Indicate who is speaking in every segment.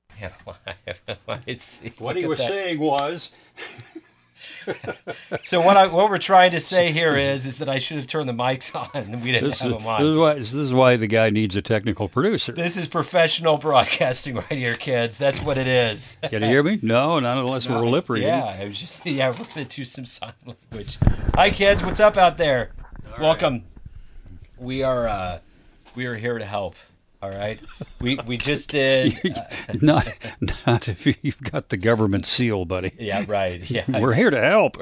Speaker 1: have no idea what I see.
Speaker 2: What
Speaker 1: Look
Speaker 2: he
Speaker 1: at
Speaker 2: was
Speaker 1: that.
Speaker 2: saying was,
Speaker 1: So what I what we're trying to say here is is that I should have turned the mics on and we didn't
Speaker 2: this
Speaker 1: have them
Speaker 2: is, this
Speaker 1: on.
Speaker 2: is why this is why the guy needs a technical producer.
Speaker 1: This is professional broadcasting right here, kids. That's what it is.
Speaker 2: Can you hear me? No, not unless we're lip reading.
Speaker 1: Yeah, I was just yeah, we're gonna do some sign language. Hi kids, what's up out there? Welcome. We are uh we are here to help. All right. We we just did
Speaker 2: not, not if you've got the government seal, buddy.
Speaker 1: Yeah, right. Yeah.
Speaker 2: We're here to help.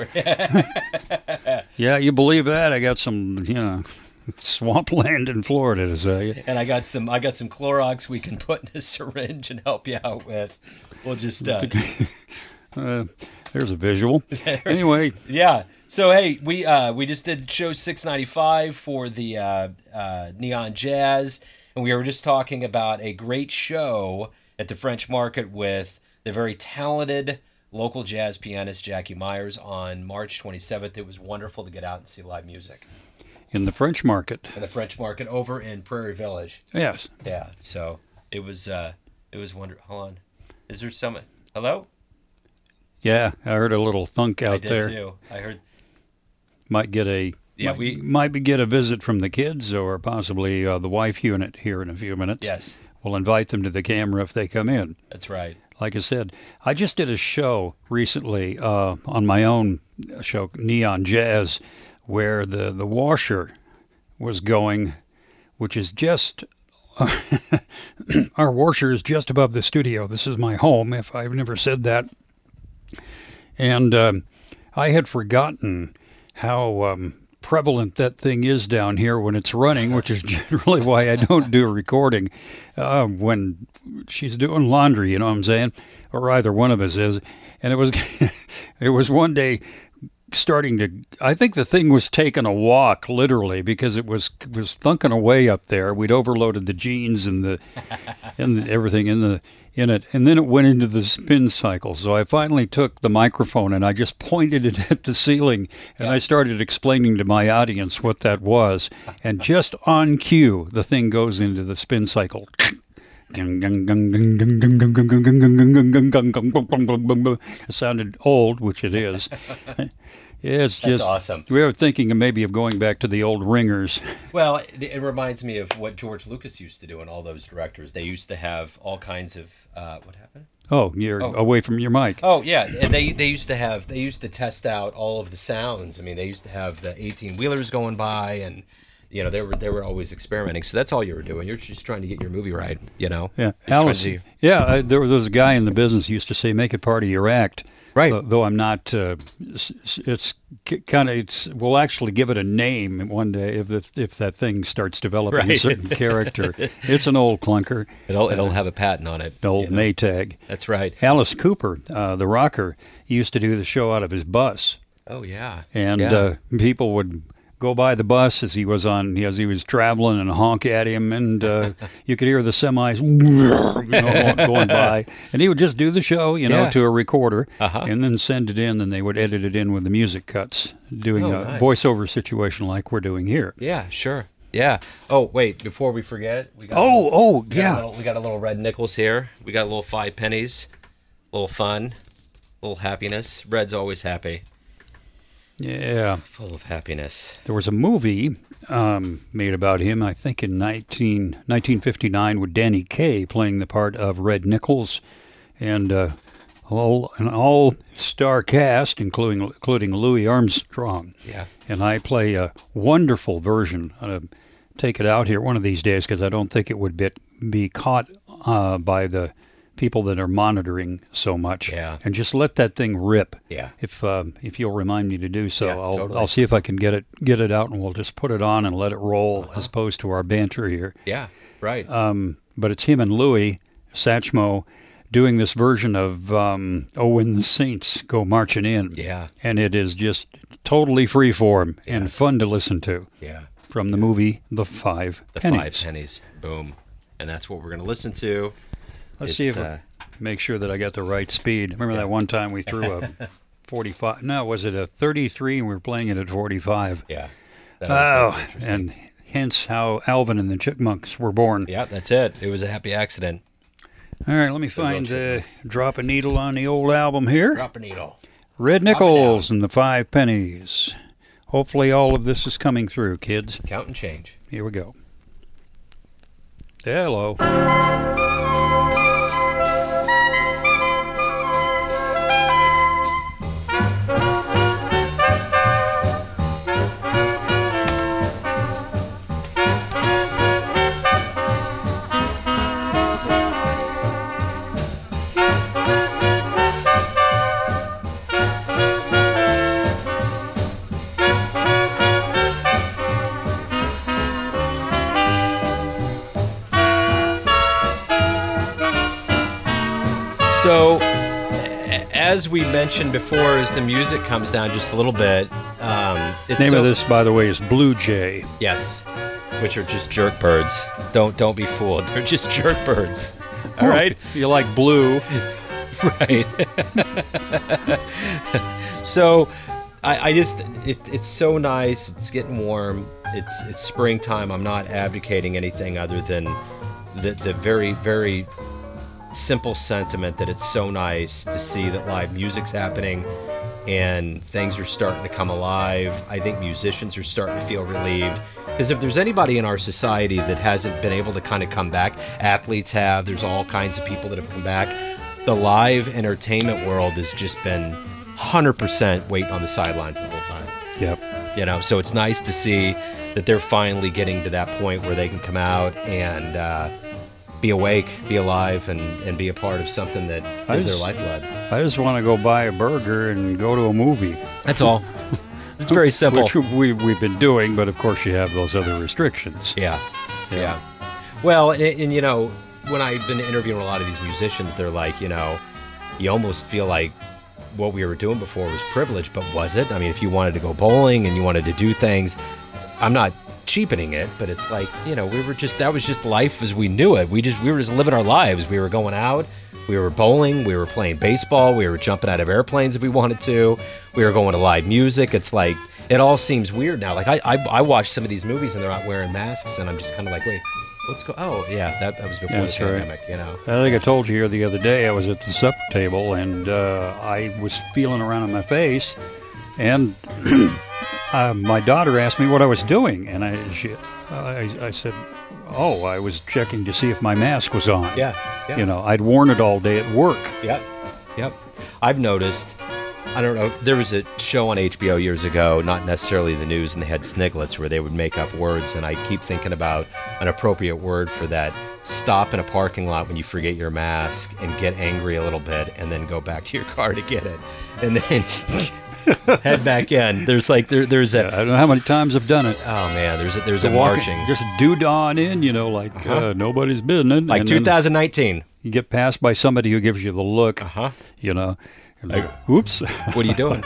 Speaker 2: yeah, you believe that? I got some, you know, swampland in Florida to sell you.
Speaker 1: And I got some I got some Clorox we can put in a syringe and help you out with. We'll just uh,
Speaker 2: Uh, there's a visual. Anyway,
Speaker 1: Yeah. So hey, we uh we just did show 695 for the uh, uh Neon Jazz and we were just talking about a great show at the French Market with the very talented local jazz pianist Jackie Myers on March 27th. It was wonderful to get out and see live music
Speaker 2: in the French market.
Speaker 1: at the French Market over in Prairie Village.
Speaker 2: Yes.
Speaker 1: Yeah. So it was uh it was wonderful. Hold on. Is there someone? Hello?
Speaker 2: Yeah, I heard a little thunk out
Speaker 1: I did
Speaker 2: there.
Speaker 1: too. I heard
Speaker 2: Might get a
Speaker 1: Yeah,
Speaker 2: might,
Speaker 1: we-
Speaker 2: might be get a visit from the kids or possibly uh, the wife unit here in a few minutes.
Speaker 1: Yes.
Speaker 2: We'll invite them to the camera if they come in.
Speaker 1: That's right.
Speaker 2: like I said, I just did a show recently uh, on my own show, Neon Jazz, where the, the washer was going, which is just our washer is just above the studio. This is my home, if I've never said that. And um, I had forgotten how um, prevalent that thing is down here when it's running, which is generally why I don't do recording uh, when she's doing laundry. You know what I'm saying? Or either one of us is. And it was, it was one day starting to. I think the thing was taking a walk literally because it was was thunking away up there. We'd overloaded the jeans and the and everything in the in it, and then it went into the spin cycle. So I finally took the microphone and I just pointed it at the ceiling, and I started explaining to my audience what that was. And just on cue, the thing goes into the spin cycle. It sounded old, which it is. It's just
Speaker 1: awesome.
Speaker 2: We were thinking of maybe of going back to the old ringers.
Speaker 1: Well, it, it reminds me of what George Lucas used to do and all those directors. They used to have all kinds of uh, what happened?
Speaker 2: Oh, you're away from your mic.
Speaker 1: Oh yeah, and they they used to have they used to test out all of the sounds. I mean, they used to have the eighteen wheelers going by, and you know they were they were always experimenting. So that's all you were doing. You're just trying to get your movie right. You know.
Speaker 2: Yeah,
Speaker 1: Just trying
Speaker 2: Alice.
Speaker 1: to-
Speaker 2: Yeah, I, there was a guy in the business used to say, "Make it part of your act."
Speaker 1: Right.
Speaker 2: Though, though I'm not. Uh, it's it's kind of it's. We'll actually give it a name one day if that if that thing starts developing a
Speaker 1: Right.
Speaker 2: certain character. It's an old clunker,
Speaker 1: It'll
Speaker 2: Uh,
Speaker 1: it'll have a patent on it.
Speaker 2: an old Maytag.
Speaker 1: That's right.
Speaker 2: Alice Cooper, uh, the rocker, used to do the show out of his bus
Speaker 1: Oh yeah.
Speaker 2: and
Speaker 1: Yeah.
Speaker 2: uh, people would go by the bus as he was on as he was traveling and honk at him and uh, you could hear the semis you know, going- going by and he would just do the show you know
Speaker 1: Yeah.
Speaker 2: to a recorder
Speaker 1: Uh-huh.
Speaker 2: and then send it in and they would edit it in with the music cuts doing
Speaker 1: Oh,
Speaker 2: a
Speaker 1: nice.
Speaker 2: voiceover situation like we're doing here
Speaker 1: yeah. Sure. Yeah. Oh wait, before we forget, we got
Speaker 2: oh oh
Speaker 1: We got a
Speaker 2: yeah
Speaker 1: little- we got a little red nickels here. We got a little five pennies, a little fun, a little happiness. Red's always happy,
Speaker 2: yeah
Speaker 1: full of happiness.
Speaker 2: There was a movie um, made about him, I think, in 19, 1959 with Danny Kaye playing the part of Red Nichols and uh, all, an all star cast, including, including Louis Armstrong.
Speaker 1: Yeah.
Speaker 2: And I play a wonderful version. I'm gonna take it out here one of these days because I don't think it would be, be caught uh, by the people that are monitoring so much.
Speaker 1: Yeah.
Speaker 2: And just let that thing rip.
Speaker 1: Yeah.
Speaker 2: If um, if you'll remind me to do so,
Speaker 1: Yeah,
Speaker 2: I'll
Speaker 1: totally.
Speaker 2: I'll see if I can get it get it out, and we'll just put it on and let it roll
Speaker 1: Uh-huh.
Speaker 2: as opposed to our banter here.
Speaker 1: Yeah, right.
Speaker 2: Uh, But it's him and Louis Satchmo doing this version of um, "Oh When the Saints Go Marching In."
Speaker 1: Yeah.
Speaker 2: and it is just totally free form and fun to listen to
Speaker 1: yeah,
Speaker 2: from the movie The Five
Speaker 1: the
Speaker 2: Pennies.
Speaker 1: five pennies, boom, and that's what we're gonna listen to.
Speaker 2: Let's see if
Speaker 1: It's,
Speaker 2: I-
Speaker 1: uh,
Speaker 2: make sure that I got the right speed. Remember that one time we threw a. 45 no was it a 33 and we were playing it at 45
Speaker 1: Yeah. That always
Speaker 2: Oh,
Speaker 1: makes me-
Speaker 2: and hence how Alvin and the Chipmunks were born.
Speaker 1: yeah, that's it. It was a happy accident.
Speaker 2: All right, let me find uh, drop a needle on the old album here.
Speaker 1: Drop a needle.
Speaker 2: Red Nichols and the Five Pennies. Hopefully, all of this is coming through, kids.
Speaker 1: Count and change.
Speaker 2: Here we go. Hello.
Speaker 1: So, a- as we mentioned before, as the music comes down just a little bit, um, it's
Speaker 2: Name
Speaker 1: so-
Speaker 2: of this, by the way, is Blue Jay.
Speaker 1: Yes, which are just jerk birds. Don't don't be fooled. They're just jerk birds. All right,
Speaker 2: You like blue?
Speaker 1: right. so, I, I just it, it's so nice. It's getting warm. It's it's springtime. I'm not advocating anything other than the the very very simple sentiment that it's so nice to see that live music's happening and things are starting to come alive. I think musicians are starting to feel relieved. Because if there's anybody in our society that hasn't been able to kind of come back, athletes have, there's all kinds of people that have come back. The live entertainment world has just been 100% waiting on the sidelines the whole time
Speaker 2: Yep.
Speaker 1: you know so it's nice to see that they're finally getting to that point where they can come out and uh, be awake be alive and, and be a part of something that is
Speaker 2: I
Speaker 1: their
Speaker 2: just-
Speaker 1: lifeblood
Speaker 2: I just want to go buy a burger and go to a movie,
Speaker 1: that's all it's very simple
Speaker 2: which we, we've been doing, but of course you have those other restrictions.
Speaker 1: yeah yeah well and, and you know when i've been interviewing a lot of these musicians they're like you know you almost feel like what we were doing before was privilege but was it i mean if you wanted to go bowling and you wanted to do things i'm not cheapening it but it's like you know we were just that was just life as we knew it we just we were just living our lives we were going out we were bowling we were playing baseball we were jumping out of airplanes if we wanted to we were going to live music it's like it all seems weird now like i i, I watch some of these movies and they're not wearing masks and i'm just kind of like wait what's go oh yeah that, that was before
Speaker 2: That's
Speaker 1: the
Speaker 2: right.
Speaker 1: pandemic you know
Speaker 2: I think I told you here the other day I was at the supper table and uh, I was feeling around in my face, and uh, my daughter asked me what I was doing, and I she, I, I said, "Oh, I was checking to see if my mask was on."
Speaker 1: yeah, yeah.
Speaker 2: You know, I'd worn it all day at work.
Speaker 1: Yep. Yep. I've noticed. I don't know. There was a show on HBO years ago, not necessarily the news, and they had sniglets where they would make up words. And I keep thinking about an appropriate word for that stop in a parking lot when you forget your mask and get angry a little bit and then go back to your car to get it and then head back in. There's like, there, there's
Speaker 2: I
Speaker 1: a,
Speaker 2: don't know how many times I've done it.
Speaker 1: oh man, there's a, there's a
Speaker 2: Walking-
Speaker 1: marching. Uh-huh.
Speaker 2: just do on in, you know, like uh nobody's business.
Speaker 1: Like
Speaker 2: and then
Speaker 1: 2019.
Speaker 2: you get passed by somebody who gives you the look,
Speaker 1: Uh huh.
Speaker 2: you know, and like, oops.
Speaker 1: What are you doing?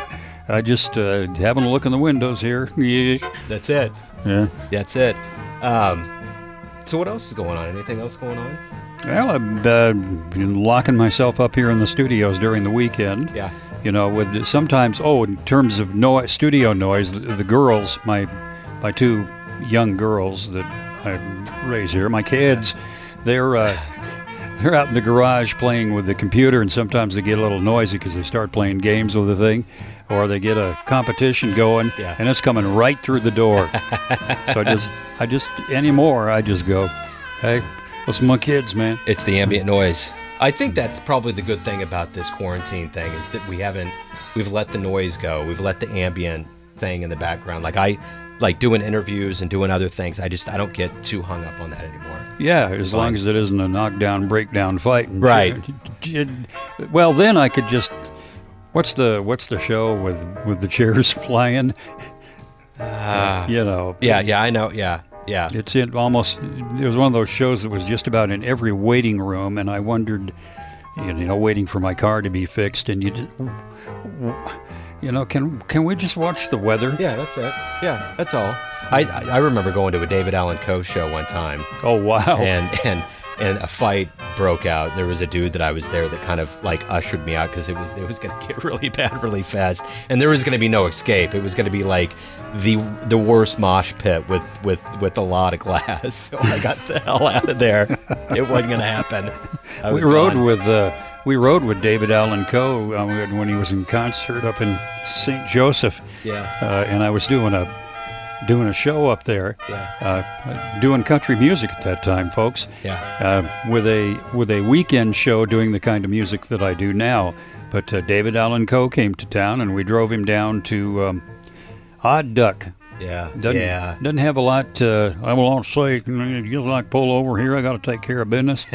Speaker 2: I just uh, having a look in the windows here. Yeah.
Speaker 1: That's it.
Speaker 2: Yeah.
Speaker 1: That's it. Um, so what else is going on? Anything else going on?
Speaker 2: Well, I've uh, been locking myself up here in the studios during the weekend.
Speaker 1: Yeah.
Speaker 2: You know, with sometimes, oh, in terms of no studio noise, the, the girls, my my two young girls that I raise here, my kids, they're. Uh, they're out in the garage playing with the computer, and sometimes they get a little noisy because they start playing games with the thing, or they get a competition going,
Speaker 1: Yeah.
Speaker 2: and it's coming right through the door. so I just, I just anymore, I just go, hey, what's my kids, man?
Speaker 1: It's the ambient noise. I think that's probably the good thing about this quarantine thing is that we haven't we've let the noise go. We've let the ambient thing in the background. Like I like doing interviews and doing other things. I just I don't get too hung up on that anymore.
Speaker 2: Yeah, as long as it isn't a knockdown, breakdown fight. And
Speaker 1: Right.
Speaker 2: well, then I could just. What's the What's the show with with the chairs flying? you know.
Speaker 1: Ah. Yeah, yeah, I know. Yeah. Yeah.
Speaker 2: It's in almost. It was one of those shows that was just about in every waiting room, and I wondered, you know, waiting for my car to be fixed, and you, just, you know, can can we just watch the weather?
Speaker 1: Yeah, that's it. Yeah, that's all. I I I remember going to a David Allen Coe show one time
Speaker 2: Oh wow!
Speaker 1: and and and a fight broke out. There was a dude that I was there that kind of like ushered me out because it was it was going to get really bad really fast, and there was going to be no escape. It was going to be like the the worst mosh pit with with with a lot of glass. So I got the hell out of there. It wasn't going to happen. I
Speaker 2: We
Speaker 1: was
Speaker 2: rode
Speaker 1: gone.
Speaker 2: with uh, we rode with David Allen Coe um, when he was in concert up in St. Joseph,
Speaker 1: yeah.
Speaker 2: uh, and I was doing a doing a show up there, uh, doing country music at that time, folks.
Speaker 1: Yeah.
Speaker 2: Uh, with a with a weekend show doing the kind of music that I do now. But uh, David Allen Coe came to town, and we drove him down to um, Odd Duck.
Speaker 1: Yeah.
Speaker 2: Doesn't,
Speaker 1: yeah.
Speaker 2: doesn't have a lot. Uh, I will not say, "Mm, you like pull over here. I got to take care of business.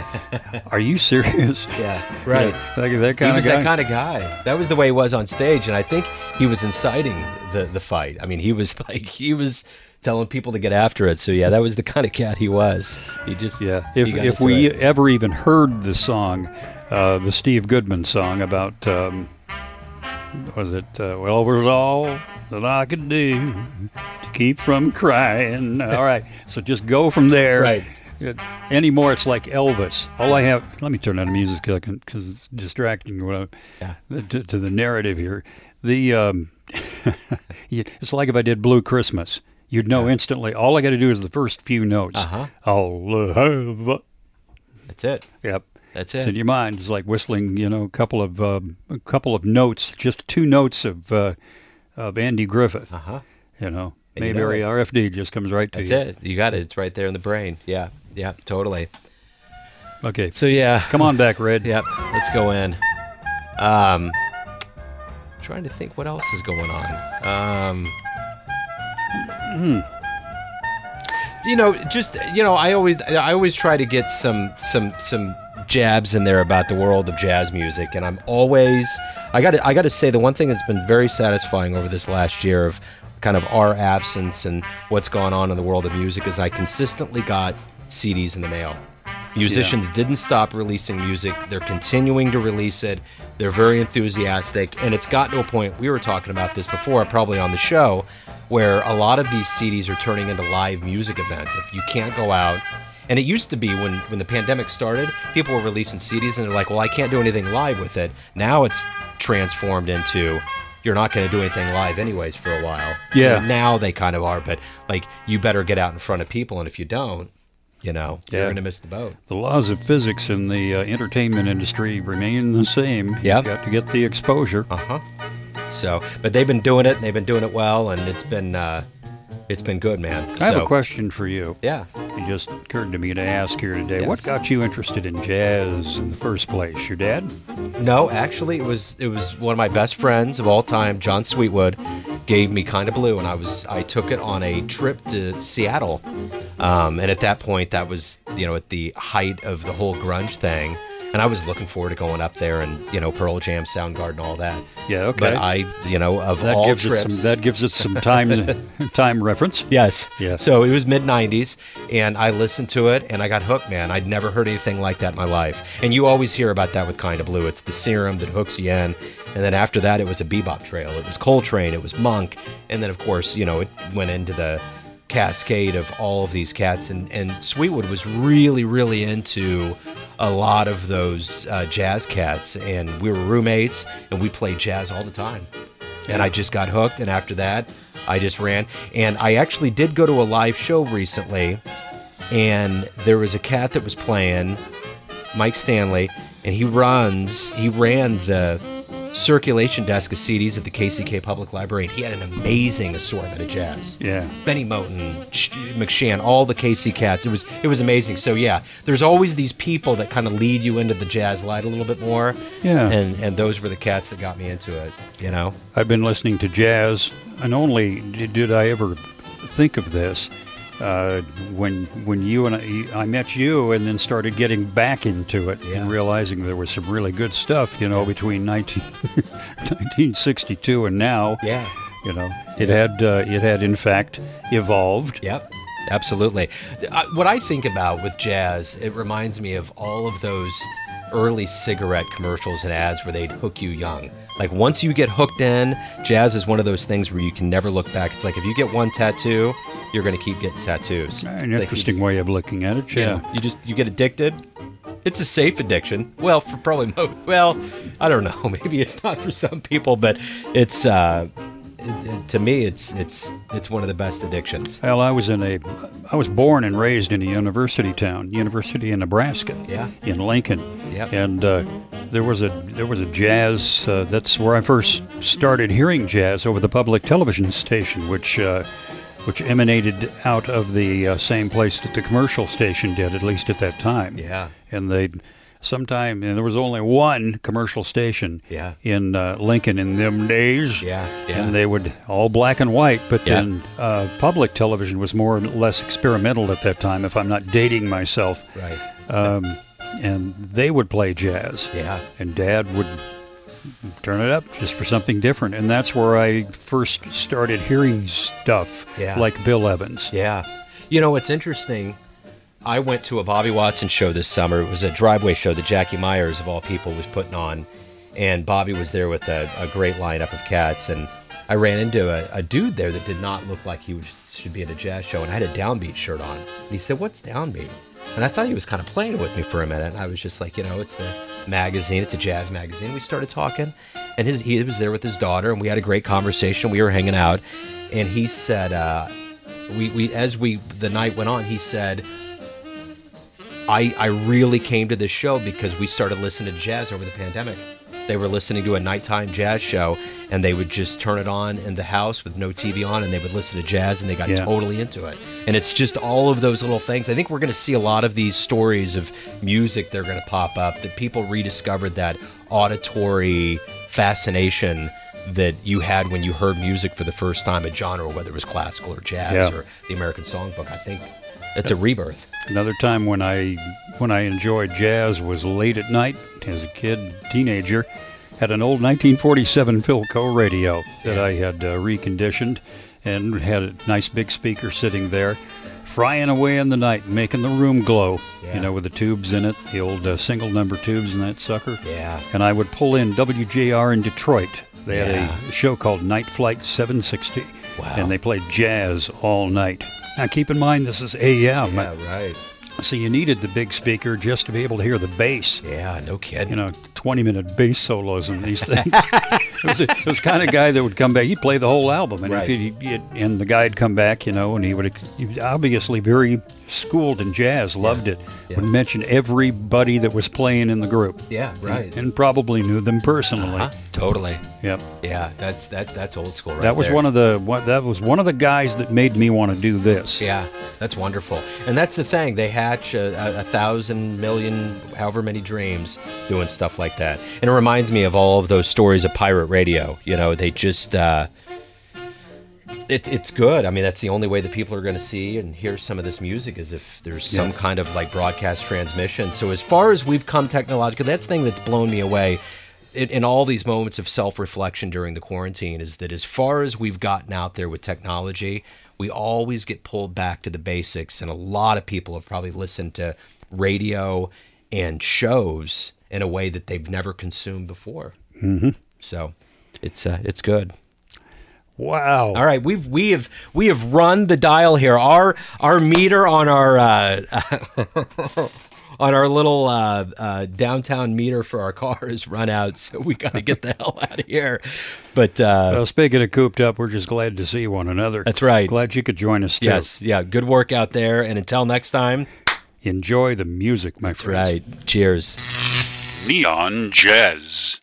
Speaker 2: Are you serious?
Speaker 1: Yeah. Right.
Speaker 2: Yeah, that, that
Speaker 1: He
Speaker 2: kind
Speaker 1: was
Speaker 2: of guy.
Speaker 1: that kind of guy. That was the way he was on stage, and I think he was inciting the the fight. I mean, he was like he was telling people to get after it. So yeah, that was the kind of cat he was. He just
Speaker 2: yeah.
Speaker 1: he
Speaker 2: If
Speaker 1: got
Speaker 2: if
Speaker 1: into
Speaker 2: we
Speaker 1: it.
Speaker 2: ever even heard the song, uh, the Steve Goodman song about um, was it? Uh, well, it was all that I could do to keep from crying. all right. So just go from there.
Speaker 1: Right.
Speaker 2: It- anymore, it's like Elvis. All I have. Let me turn down the music because it's distracting. What I,
Speaker 1: Yeah.
Speaker 2: To, to the narrative here, the um, you- it's like if I did Blue Christmas. You'd know instantly. All I got to do is the first few notes.
Speaker 1: Uh-huh.
Speaker 2: All I have. a-
Speaker 1: that's it.
Speaker 2: Yep.
Speaker 1: That's
Speaker 2: It's
Speaker 1: it.
Speaker 2: in your mind. It's like whistling, you know, a couple of um, a couple of notes, just two notes of uh, of Andy Griffith.
Speaker 1: Uh huh.
Speaker 2: You know,
Speaker 1: And you know
Speaker 2: Mayberry
Speaker 1: it.
Speaker 2: RFD just comes right to
Speaker 1: That's
Speaker 2: you.
Speaker 1: it. You got it. It's right there in the brain. Yeah. Yeah. Totally.
Speaker 2: Okay,
Speaker 1: So yeah.
Speaker 2: come on back, Red.
Speaker 1: Yep. Let's go in. Um. Trying to think what else is going on. Um. You know, just you know, I always I always try to get some some some jabs in there about the world of jazz music, and I'm always I got to I got to say the one thing that's been very satisfying over this last year of kind of our absence and what's gone on in the world of music is I consistently got CDs in the mail. Musicians didn't stop releasing music. They're continuing to release it. They're very enthusiastic. And it's gotten to a point, we were talking about this before, probably on the show, where a lot of these CDs are turning into live music events. If you can't go out, and it used to be when, when the pandemic started, people were releasing CDs and they're like, well, I can't do anything live with it. Now it's transformed into you're not going to do anything live anyways for a while.
Speaker 2: Yeah.
Speaker 1: And now they kind of are, but like you better get out in front of people. And if you don't, you know, you're
Speaker 2: Yeah.
Speaker 1: going to miss the boat.
Speaker 2: The laws of physics in the uh, entertainment industry remain the same.
Speaker 1: Yeah.
Speaker 2: You got to get the exposure.
Speaker 1: Uh huh. So, but they've been doing it, and they've been doing it well, and it's been uh, it's been good, man.
Speaker 2: I have
Speaker 1: so,
Speaker 2: a question for you.
Speaker 1: Yeah.
Speaker 2: It just occurred to me to ask here today. What
Speaker 1: Yes.
Speaker 2: got you interested in jazz in the first place? Your dad?
Speaker 1: No, actually, it was it was one of my best friends of all time, John Sweetwood, gave me kind of blue, and I was I took it on a trip to Seattle, um, and at that point, that was you know at the height of the whole grunge thing, and I was looking forward to going up there and you know Pearl Jam, Soundgarden, all that.
Speaker 2: Yeah. Okay.
Speaker 1: But I, you know, of
Speaker 2: that
Speaker 1: all
Speaker 2: gives
Speaker 1: trips,
Speaker 2: it some. That gives it some time time reference.
Speaker 1: Yes.
Speaker 2: Yeah.
Speaker 1: So it was mid 90s, and I listened to it and I got hooked, man. I'd never heard anything like that in my life. And you always hear about that with Kind of Blue. It's the serum that hooks you in. And then after that, it was a bebop trail. It was Coltrane. It was Monk. And then, of course, you know, it went into the cascade of all of these cats. And, and Sweetwood was really, really into a lot of those uh, jazz cats. And we were roommates and we played jazz all the time and I just got hooked. And after that, I just ran. And I actually did go to a live show recently, and there was a cat that was playing, Mike Stanley, and he runs, he ran the circulation desk of CDs at the KCK Public Library, and he had an amazing assortment of jazz.
Speaker 2: Yeah.
Speaker 1: Benny Moten, Sh- McShann, all the KC cats. It was it was amazing. So yeah, there's always these people that kind of lead you into the jazz light a little bit more.
Speaker 2: Yeah.
Speaker 1: And and those were the cats that got me into it. You know.
Speaker 2: I've been listening to jazz, and only did, did I ever think of this uh, when when you and I, I met you, and then started getting back into it and realizing there was some really good stuff, you know, between 19, 1962 and now.
Speaker 1: Yeah.
Speaker 2: You know, it had uh, it had in fact evolved.
Speaker 1: Yep, Uh, absolutely. I, what I think about with jazz, it reminds me of all of those early cigarette commercials and ads where they'd hook you young. Like once you get hooked in, jazz is one of those things where you can never look back. It's like if you get one tattoo, you're going to keep getting tattoos. It's like
Speaker 2: An
Speaker 1: you
Speaker 2: interesting
Speaker 1: just-
Speaker 2: way of looking at it.
Speaker 1: you know,
Speaker 2: Yeah.
Speaker 1: you just you get addicted. It's a safe addiction. Well, for probably mo- well, I don't know. Maybe it's not for some people, but it's uh, it, it- to me, it's it's it's one of the best addictions.
Speaker 2: Well, I was in a, I was born and raised in a university town, University in Nebraska,
Speaker 1: Yeah.
Speaker 2: in Lincoln,
Speaker 1: Yep.
Speaker 2: and uh, there was a there was a jazz. Uh, that's where I first started hearing jazz over the public television station, which uh, which emanated out of the uh, same place that the commercial station did, at least at that time.
Speaker 1: Yeah.
Speaker 2: and they sometime and there was only one commercial station
Speaker 1: Yeah.
Speaker 2: in uh, Lincoln in them days.
Speaker 1: Yeah, yeah.
Speaker 2: And they would all black and white, but
Speaker 1: Yeah.
Speaker 2: then uh, public television was more or less experimental at that time, if I'm not dating myself.
Speaker 1: Right.
Speaker 2: Um, and they would play jazz.
Speaker 1: Yeah.
Speaker 2: And dad would turn it up just for something different. And that's where I first started hearing stuff
Speaker 1: Yeah.
Speaker 2: like Bill Evans.
Speaker 1: Yeah. You know what's interesting? I went to a Bobby Watson show this summer. It was a driveway show that Jackie Myers, of all people, was putting on. And Bobby was there with a, a great lineup of cats. And I ran into a, a dude there that did not look like he was, should be at a jazz show. And I had a downbeat shirt on. And he said, What's downbeat? And I thought he was kind of playing with me for a minute. And I was just like, You know, it's the magazine, it's a jazz magazine. We started talking. And his, he was there with his daughter. And we had a great conversation. We were hanging out. And he said, uh, we, we as we the night went on he said I, I really came to this show because we started listening to jazz over the pandemic they were listening to a nighttime jazz show and they would just turn it on in the house with no tv on and they would listen to jazz and they got
Speaker 2: Yeah.
Speaker 1: totally into it and it's just all of those little things i think we're going to see a lot of these stories of music that are going to pop up that people rediscovered that auditory fascination that you had when you heard music for the first time a genre whether it was classical or jazz
Speaker 2: Yeah.
Speaker 1: or the American Songbook. I think it's a rebirth.
Speaker 2: Another time when I when I enjoyed jazz was late at night as a kid, teenager. Had an old 1947 Philco radio that I had uh, reconditioned, and had a nice big speaker sitting there, frying away in the night, making the room glow.
Speaker 1: Yeah.
Speaker 2: You know, with the tubes in it, the old uh, single number tubes in that sucker.
Speaker 1: Yeah.
Speaker 2: And I would pull in WJR in Detroit. They
Speaker 1: Yeah.
Speaker 2: had a show called Night Flight 760,
Speaker 1: Wow.
Speaker 2: and they played jazz all night. Now keep in mind this is AM.
Speaker 1: Yeah, right.
Speaker 2: So you needed the big speaker just to be able to hear the bass.
Speaker 1: Yeah, no kidding.
Speaker 2: You know, 20 minute bass solos and these things. it was, a, it was kind of guy that would come back. He'd play the whole album, and
Speaker 1: Right.
Speaker 2: if he, he and the guy'd come back, you know, and he would he was obviously very schooled in jazz, loved it.
Speaker 1: Yeah.
Speaker 2: Would mention everybody that was playing in the group.
Speaker 1: yeah, right. Uh-huh.
Speaker 2: And, probably knew them personally.
Speaker 1: Huh? Totally.
Speaker 2: Yep.
Speaker 1: Yeah, that's that that's old school right
Speaker 2: that was
Speaker 1: there.
Speaker 2: one of the one, that was one of the guys that made me want to do this.
Speaker 1: Yeah, that's wonderful. And that's the thing. They hatch a, a, a thousand million, however many dreams doing stuff like that. And it reminds me of all of those stories of pirate radio. You know, they just. Uh, it, it's good. I mean, that's the only way that people are going to see and hear some of this music is if there's some kind of like broadcast transmission. So as far as we've come technologically, that's the thing that's blown me away in, in all these moments of self-reflection during the quarantine is that as far as we've gotten out there with technology, we always get pulled back to the basics. And a lot of people have probably listened to radio and shows in a way that they've never consumed before. Mm-hmm. So it's uh, it's good.
Speaker 2: Wow.
Speaker 1: All right, we've we have we have run the dial here. Our our meter on our uh, on our little uh, uh, downtown meter for our car has run out, so we got to get the hell out of here. But uh,
Speaker 2: Well, speaking of cooped up, we're just glad to see one another.
Speaker 1: That's right.
Speaker 2: Glad you could join us too.
Speaker 1: yes, yeah, good work out there, and until next time,
Speaker 2: Enjoy the music, my friends.
Speaker 1: right? Cheers.
Speaker 3: Neon Jazz.